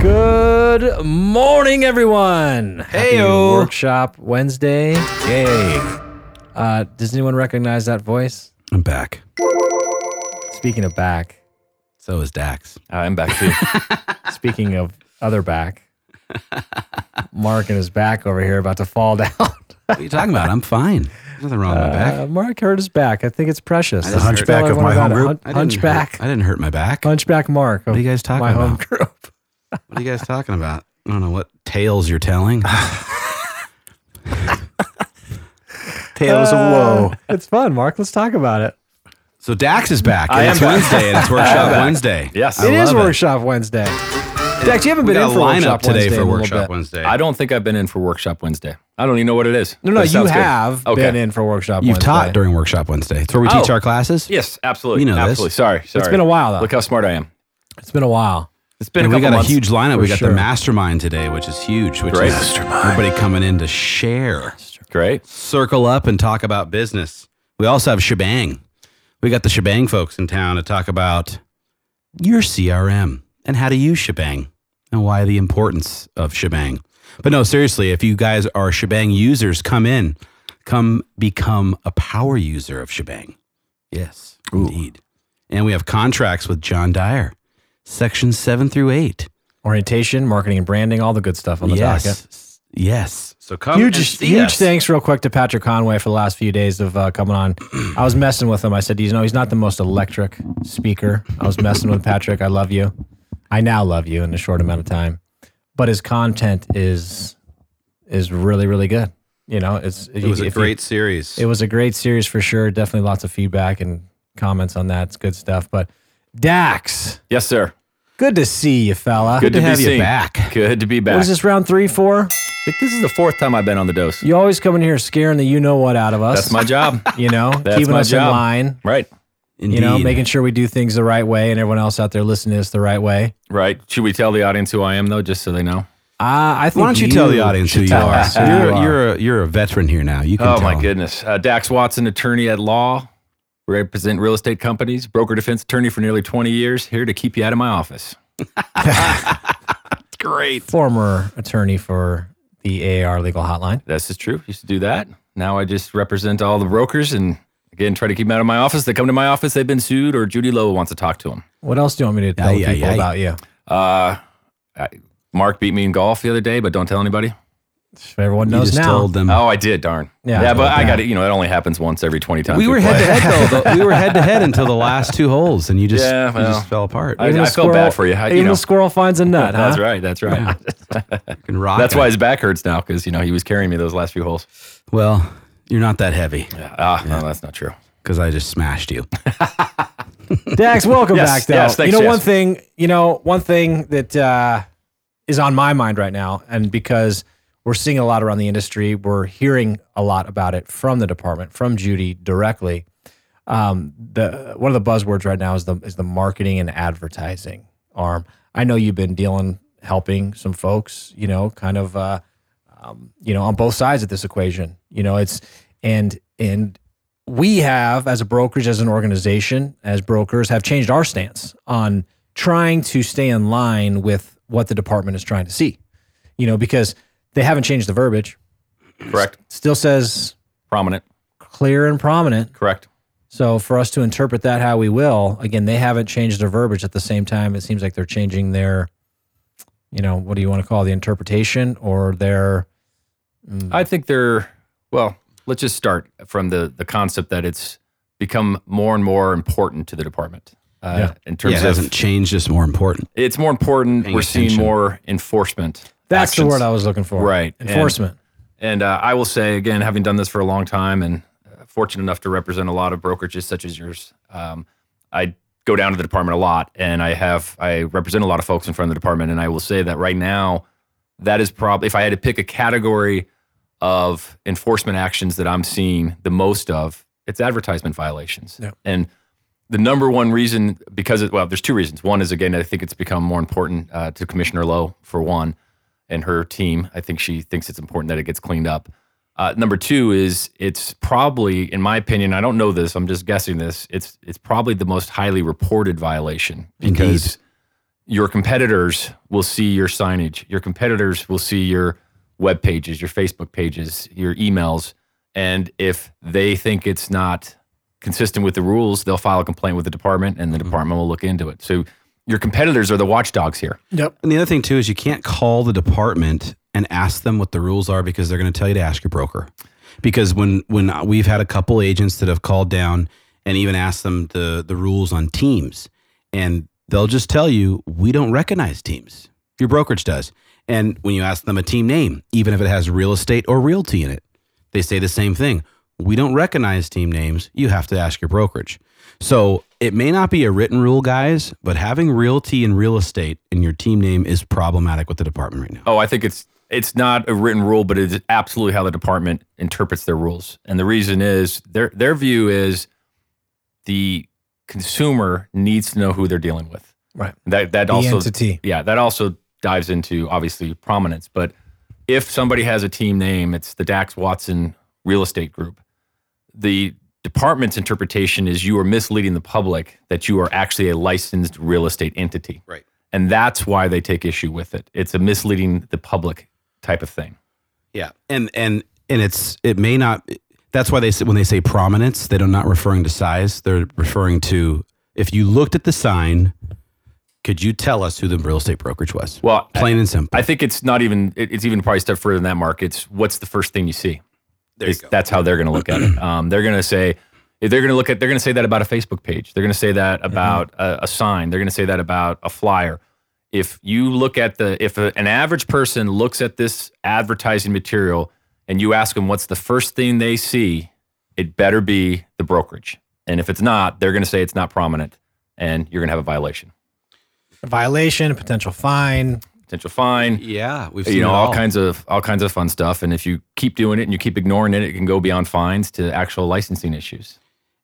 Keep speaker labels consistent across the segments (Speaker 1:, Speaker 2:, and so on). Speaker 1: Good morning, everyone. Happy
Speaker 2: Heyo.
Speaker 1: Workshop Wednesday.
Speaker 2: Yay.
Speaker 1: Uh, does anyone recognize that voice?
Speaker 2: I'm back.
Speaker 1: Speaking of back,
Speaker 2: So is Dax.
Speaker 3: I'm back too.
Speaker 1: speaking of other back, Mark and his back over here about to fall down.
Speaker 2: What are you talking about? I'm fine. There's nothing wrong with my
Speaker 1: Uh,
Speaker 2: back.
Speaker 1: Mark hurt his back. I think it's precious.
Speaker 2: I
Speaker 1: That's
Speaker 2: just
Speaker 1: all
Speaker 4: hunchback
Speaker 1: I
Speaker 4: of
Speaker 1: want
Speaker 4: my
Speaker 1: about
Speaker 4: home
Speaker 1: it.
Speaker 4: group?
Speaker 2: I
Speaker 1: Hun-
Speaker 2: didn't
Speaker 1: hunchback.
Speaker 2: Hurt, I didn't hurt my back. What
Speaker 1: Hunchback Mark. What
Speaker 2: are you guys talking
Speaker 1: my home
Speaker 2: about?
Speaker 1: group.
Speaker 2: What are you guys talking about? I don't know what tales you're telling.
Speaker 4: Tales of
Speaker 2: Oh.
Speaker 4: woe.
Speaker 1: It's fun, Mark. Let's talk about it.
Speaker 2: Uh, So Dax is back. And
Speaker 3: I am
Speaker 2: it's
Speaker 3: back.
Speaker 2: Wednesday and it's
Speaker 3: am
Speaker 2: Workshop
Speaker 3: back.
Speaker 2: Wednesday.
Speaker 3: Yes.
Speaker 2: I
Speaker 1: it is
Speaker 2: love
Speaker 1: Workshop Wednesday. Dax, you haven't
Speaker 2: We
Speaker 1: been
Speaker 2: got
Speaker 1: in
Speaker 2: a
Speaker 1: for
Speaker 2: lineup
Speaker 1: Workshop
Speaker 2: today
Speaker 1: Wednesday in
Speaker 2: for
Speaker 1: a little
Speaker 2: Workshop
Speaker 1: bit.
Speaker 2: Wednesday.
Speaker 3: I don't think I've been in for Workshop Wednesday. I don't even know what it is. uh,
Speaker 1: No, no,
Speaker 3: but it
Speaker 1: you
Speaker 3: sounds good.
Speaker 1: have
Speaker 3: Okay.
Speaker 1: been in for Workshop
Speaker 2: You've
Speaker 1: Wednesday.
Speaker 2: taught during Workshop Wednesday. It's where we
Speaker 3: Oh.
Speaker 2: teach our classes.
Speaker 3: Yes, absolutely.
Speaker 2: You know this.
Speaker 3: absolutely. Sorry, sorry.
Speaker 1: It's been a while, though.
Speaker 3: Look how smart I am.
Speaker 1: It's been a while.
Speaker 3: It's been
Speaker 2: And
Speaker 3: a
Speaker 2: we
Speaker 3: couple
Speaker 2: got
Speaker 3: months.
Speaker 2: a huge lineup. We got
Speaker 1: sure.
Speaker 2: the mastermind today, which is huge. Which
Speaker 3: Great.
Speaker 2: is everybody coming in to share,
Speaker 3: Great.
Speaker 2: circle up, and talk about business. We also have shebang. We got the shebang folks in town to talk about your CRM and how to use shebang and why the importance of shebang. But no, seriously, if you guys are shebang users, come in, come become a power user of shebang. Yes, indeed. And we have contracts with John Dyer, section seven through eight.
Speaker 1: Orientation, marketing and branding, all the good stuff on the
Speaker 2: yes.
Speaker 1: docket.
Speaker 2: Yes. So come and
Speaker 1: Huge,
Speaker 2: see
Speaker 1: huge
Speaker 2: us.
Speaker 1: thanks, real quick, to Patrick Conway for the last few days of uh, coming on. I was messing with him. I said, you know, he's not the most electric speaker. I was messing with Patrick. I love you. I now love you in a short amount of time, but his content is is really, really good. You know, it's
Speaker 2: It was a great series.
Speaker 1: It was a great series for sure. Definitely lots of feedback and comments on that. It's good stuff. But Dax,
Speaker 3: Yes, sir.
Speaker 1: good to see you, fella.
Speaker 3: Good to,
Speaker 2: to have
Speaker 3: be
Speaker 2: you
Speaker 3: seen.
Speaker 2: back.
Speaker 3: Good to be back.
Speaker 1: What is this round three, four?
Speaker 3: I think this is the fourth time I've been on the dose.
Speaker 1: You always come in here scaring the you know what out of us.
Speaker 3: That's my job.
Speaker 1: you know,
Speaker 3: That's
Speaker 1: keeping
Speaker 3: my
Speaker 1: us in
Speaker 3: job.
Speaker 1: line.
Speaker 3: right.
Speaker 2: Indeed.
Speaker 1: You know, making sure we do things the right way, and everyone else out there listening to us the right way.
Speaker 3: Right. Should we tell the audience who I am though, just so they know?
Speaker 1: I I think
Speaker 2: Why don't you, tell the audience who
Speaker 1: should
Speaker 2: you
Speaker 1: tell
Speaker 2: are?
Speaker 1: us who you
Speaker 2: you're,
Speaker 1: are.
Speaker 2: you're a, you're a veteran here now. You can
Speaker 3: Oh
Speaker 2: tell
Speaker 3: my
Speaker 2: 'em.
Speaker 3: goodness. Uh, Dax Watson, attorney at law. Represent real estate companies, broker defense attorney for nearly 20 years, here to keep you out of my office.
Speaker 2: Great.
Speaker 1: former attorney for the AAR Legal Hotline.
Speaker 3: This is true. Used to do that. Now I just represent all the brokers and again try to keep them out of my office. They come to my office, they've been sued, or Judy Lowe wants to talk to them.
Speaker 1: What else do you want me to tell
Speaker 2: Aye, aye,
Speaker 1: people
Speaker 2: aye.
Speaker 1: about you?
Speaker 3: Uh, I, Mark beat me in golf the other day, but don't tell anybody.
Speaker 1: Everyone
Speaker 2: You
Speaker 1: knows
Speaker 2: just
Speaker 1: now.
Speaker 2: told them.
Speaker 3: Oh, I did. Darn.
Speaker 1: Yeah.
Speaker 3: Yeah, but I got it. You know, it only happens once every 20 times.
Speaker 2: we were
Speaker 3: play.
Speaker 2: head to head though. though. We were head to head until the last two holes, and you just
Speaker 3: Yeah,
Speaker 2: you
Speaker 3: well.
Speaker 2: just fell apart.
Speaker 3: I-
Speaker 1: Even a
Speaker 3: felt bad for you. I- you
Speaker 1: even
Speaker 3: know.
Speaker 1: a squirrel finds a nut. huh?
Speaker 3: That's right. That's right.
Speaker 2: Fucking rocking
Speaker 3: That's why
Speaker 2: it.
Speaker 3: his back hurts now because, you know, he was carrying me those last few holes.
Speaker 2: Well, you're not that heavy
Speaker 3: Ah, no, that's not true.
Speaker 2: because I just smashed you.
Speaker 1: Dax, welcome
Speaker 3: Yes,
Speaker 1: back. Though.
Speaker 3: yes,
Speaker 1: you
Speaker 3: thanks,
Speaker 1: know
Speaker 3: yes.
Speaker 1: one thing. You know one thing that uh, is on my mind right now, and because we're seeing a lot around the industry, we're hearing a lot about it from the department, from Judy directly. Um, the one of the buzzwords right now is the is the marketing and advertising arm. I know you've been dealing, helping some folks. You know, kind of. Uh, you know on both sides of this equation you know it's and and we have as a brokerage as an organization as brokers have changed our stance on trying to stay in line with what the department is trying to see you know because they haven't changed the verbiage
Speaker 3: Correct.
Speaker 1: still says
Speaker 3: Prominent.
Speaker 1: clear and prominent
Speaker 3: Correct.
Speaker 1: so for us to interpret that how we will again they haven't changed their verbiage at the same time it seems like they're changing their you know what do you want to call it, the interpretation or their
Speaker 3: I think they're well. Let's just start from the the concept that it's become more and more important to the department uh,
Speaker 1: Yeah.
Speaker 3: in terms
Speaker 2: Yeah, it
Speaker 3: of
Speaker 2: hasn't changed. It's more important.
Speaker 3: it's more important.
Speaker 2: Paying
Speaker 3: We're seeing
Speaker 2: attention.
Speaker 3: more enforcement.
Speaker 1: That's the
Speaker 3: actions.
Speaker 1: word I was looking for.
Speaker 3: Right. And-
Speaker 1: Enforcement.
Speaker 3: And uh, I will say again, having done this for a long time and uh, fortunate enough to represent a lot of brokerages such as yours, um, I go down to the department a lot, and I have I represent a lot of folks in front of the department, and I will say that right now, that is probably if I had to pick a category of enforcement actions that I'm seeing the most of, it's advertisement violations,
Speaker 1: Yeah.
Speaker 3: and the number one reason because it, well there's two reasons one is again i think it's become more important uh, to commissioner lowe for one and her team i think she thinks it's important that it gets cleaned up uh, number two is it's probably in my opinion i don't know this i'm just guessing this it's it's probably the most highly reported violation because your competitors will see your signage. Your competitors will see your web pages, your Facebook pages, your emails. And if they think it's not consistent with the rules, they'll file a complaint with the department and the department will look into it. So your competitors are the watchdogs here.
Speaker 2: And the other thing too is you can't call the department and ask them what the rules are because they're going to tell you to ask your broker. Because when when we've had a couple agents that have called down and even asked them the the rules on teams, and they'll just tell you we don't recognize teams. Your brokerage does. And when you ask them a team name, even if it has real estate or realty in it, they say the same thing. We don't recognize team names. You have to ask your brokerage. So it may not be a written rule, guys, but having realty and real estate in your team name is problematic with the department right now.
Speaker 3: Oh, I think it's it's not a written rule, but it's absolutely how the department interprets their rules. And the reason is their their view is the consumer needs to know who they're dealing with.
Speaker 1: Right.
Speaker 3: That that
Speaker 1: The
Speaker 3: also
Speaker 1: entity.
Speaker 3: yeah, that also dives into obviously prominence. But if somebody has a team name, it's the Dax Watson Real Estate Group. The department's interpretation is you are misleading the public that you are actually a licensed real estate entity.
Speaker 2: Right.
Speaker 3: And that's why they take issue with it. It's a misleading the public type of thing.
Speaker 2: Yeah, and and and it's it may not. That's why they say, when they say prominence, they're not referring to size. They're referring to if you looked at the sign, could you tell us who the real estate brokerage was?
Speaker 3: Well, I,
Speaker 2: Plain and simple.
Speaker 3: I think it's not even, it- it's even probably a step further than that, Mark. It's what's the first thing you see?
Speaker 2: there you
Speaker 3: is-
Speaker 2: go.
Speaker 3: That's how they're going to look at it. Um, they're going to say they're going to look at they're going to say that about a Facebook page. They're going to say that about a, a sign. They're going to say that about a flyer. If you look at the if a, an average person looks at this advertising material and you ask them what's the first thing they see, it better be the brokerage. And if it's not, they're going to say it's not prominent, and you're going to have a violation,
Speaker 1: violation, potential fine.
Speaker 3: potential fine.
Speaker 2: Yeah, we've seen
Speaker 3: You know
Speaker 2: it
Speaker 3: all kinds of all kinds of fun stuff, and if you keep doing it and you keep ignoring it, it can go beyond fines to actual licensing issues.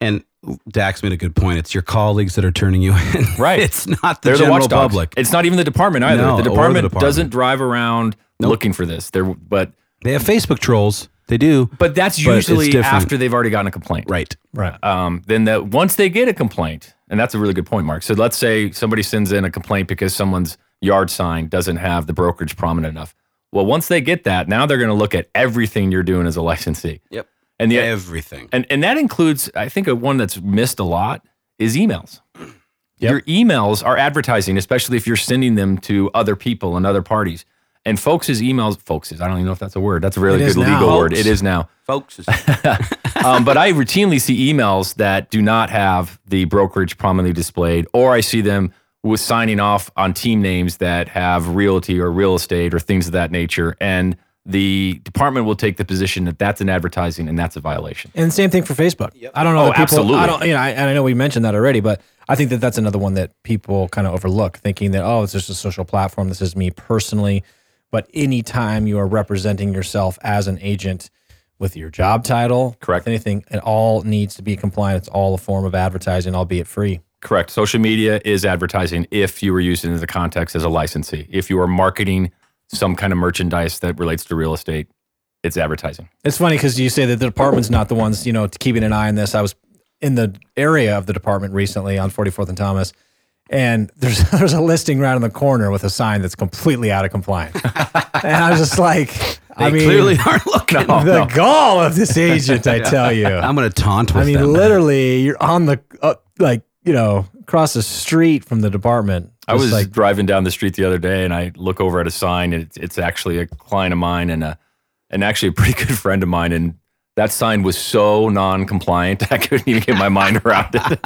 Speaker 2: And Dax made a good point. It's your colleagues that are turning you in.
Speaker 3: Right.
Speaker 2: it's not the
Speaker 3: They're the
Speaker 2: general
Speaker 3: watchdogs.
Speaker 2: public.
Speaker 3: It's not even the department either.
Speaker 2: No, or
Speaker 3: the,
Speaker 2: the
Speaker 3: department
Speaker 2: department.
Speaker 3: doesn't drive around looking for this. They're but
Speaker 2: They have Facebook trolls. They do.
Speaker 3: but that's
Speaker 2: But it's
Speaker 3: usually
Speaker 2: different.
Speaker 3: after they've already gotten a complaint.
Speaker 2: Right.
Speaker 1: Right.
Speaker 3: Um, then that once they get a complaint, and that's a really good point, Mark. So let's say somebody sends in a complaint because someone's yard sign doesn't have the brokerage prominent enough. Well, once they get that, now they're going to look at everything you're doing as a licensee.
Speaker 2: Yep.
Speaker 3: And the
Speaker 2: Everything.
Speaker 3: and and that includes, I think, a one that's missed a lot is emails.
Speaker 1: Yep.
Speaker 3: Your emails are advertising, especially if you're sending them to other people and other parties. And folks' emails, folks' I don't even know if that's a word. That's a really
Speaker 1: It
Speaker 3: good
Speaker 1: is now.
Speaker 3: legal word.
Speaker 2: Folks.
Speaker 3: It is now.
Speaker 2: Folks.
Speaker 3: Um, but I routinely see emails that do not have the brokerage prominently displayed, or I see them with signing off on team names that have realty or real estate or things of that nature. And the department will take the position that that's an advertising and that's a violation.
Speaker 1: And same thing for Facebook. I don't know.
Speaker 3: Oh,
Speaker 1: that people,
Speaker 3: absolutely.
Speaker 1: I don't. You know, I, and I know we mentioned that already, but I think that that's another one that people kind of overlook, thinking that oh, it's just a social platform. This is me personally. But anytime you are representing yourself as an agent with your job title,
Speaker 3: Correct.
Speaker 1: with Anything, it all needs to be compliant. It's all a form of advertising, albeit free.
Speaker 3: Correct. Social media is advertising if you were using it in the context as a licensee. If you are marketing some kind of merchandise that relates to real estate, it's advertising.
Speaker 1: It's funny because you say that the department's not the ones, you know, keeping an eye on this. I was in the area of the department recently on 44th and Thomas, and there's there's a listing right in the corner with a sign that's completely out of compliance. and I was just like, I
Speaker 2: They
Speaker 1: mean,
Speaker 2: clearly aren't looking.
Speaker 1: the gall of this agent, I tell you.
Speaker 2: I'm going to taunt with
Speaker 1: I mean,
Speaker 2: them.
Speaker 1: literally, you're on the uh, like, you know, across the street from the department.
Speaker 3: I
Speaker 1: Just
Speaker 3: was
Speaker 1: like,
Speaker 3: driving down the street the other day and I look over at a sign and it's, it's actually a client of mine and a, and actually a pretty good friend of mine. And that sign was so non-compliant, I couldn't even get my mind around it.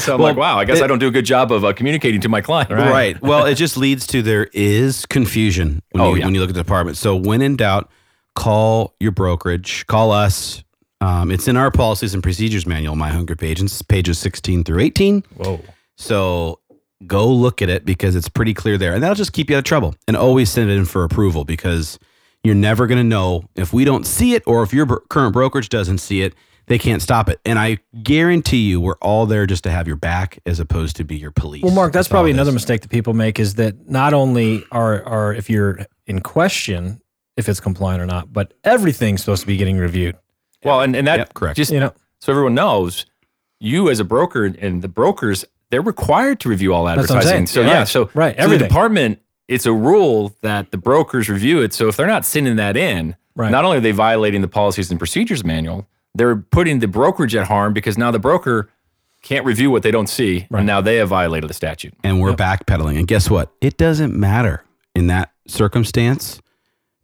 Speaker 3: so I'm like, wow, I guess I don't do a good job of uh, communicating to my client.
Speaker 2: Right. Well, it just leads to there is confusion when,
Speaker 3: Oh,
Speaker 2: you,
Speaker 3: yeah.
Speaker 2: when you look at the department. So when in doubt, call your brokerage, call us. Um, it's in our policies and procedures manual, my hunger page, and it's pages 16 through 18.
Speaker 3: Whoa.
Speaker 2: So go look at it because it's pretty clear there. And that'll just keep you out of trouble. And always send it in for approval because you're never going to know if we don't see it or if your bro- current brokerage doesn't see it, they can't stop it. And I guarantee you, we're all there just to have your back as opposed to be your police.
Speaker 1: Well, Mark, that's
Speaker 2: all
Speaker 1: probably
Speaker 2: it is.
Speaker 1: another mistake that people make is that not only are are if you're in question if it's compliant or not, but everything's supposed to be getting reviewed.
Speaker 3: Well, and, and that
Speaker 2: Yep, correct.
Speaker 3: just
Speaker 1: You know,
Speaker 3: so everyone knows you as a broker and the brokers they're required to review all
Speaker 1: That's what I'm saying.
Speaker 3: advertising. So
Speaker 1: Right.
Speaker 3: yeah, so
Speaker 1: Right,
Speaker 3: so the
Speaker 1: everything.
Speaker 3: department, it's a rule that the brokers review it. So if they're not sending that in,
Speaker 1: Right.
Speaker 3: not only are they violating the policies and procedures manual, they're putting the brokerage at harm because now the broker can't review what they don't see, and now they have violated the statute.
Speaker 2: and we're backpedaling. And guess what? It doesn't matter in that circumstance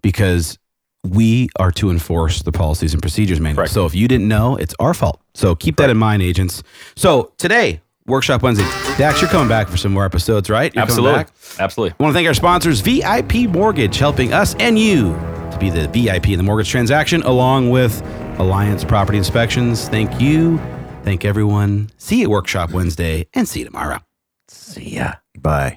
Speaker 2: because we are to enforce the policies and procedures manual.
Speaker 3: Correct.
Speaker 2: So if you didn't know, it's our fault. So keep that in mind, agents. So today, Workshop Wednesday. Dax, you're coming back for some more episodes, right? You're coming
Speaker 3: Absolutely,
Speaker 2: back?
Speaker 3: absolutely.
Speaker 2: I want to thank our sponsors, VIP Mortgage, helping us and you to be the VIP in the mortgage transaction, along with Alliance Property Inspections. Thank you. Thank everyone. See you at Workshop Wednesday and see you tomorrow.
Speaker 4: Bye.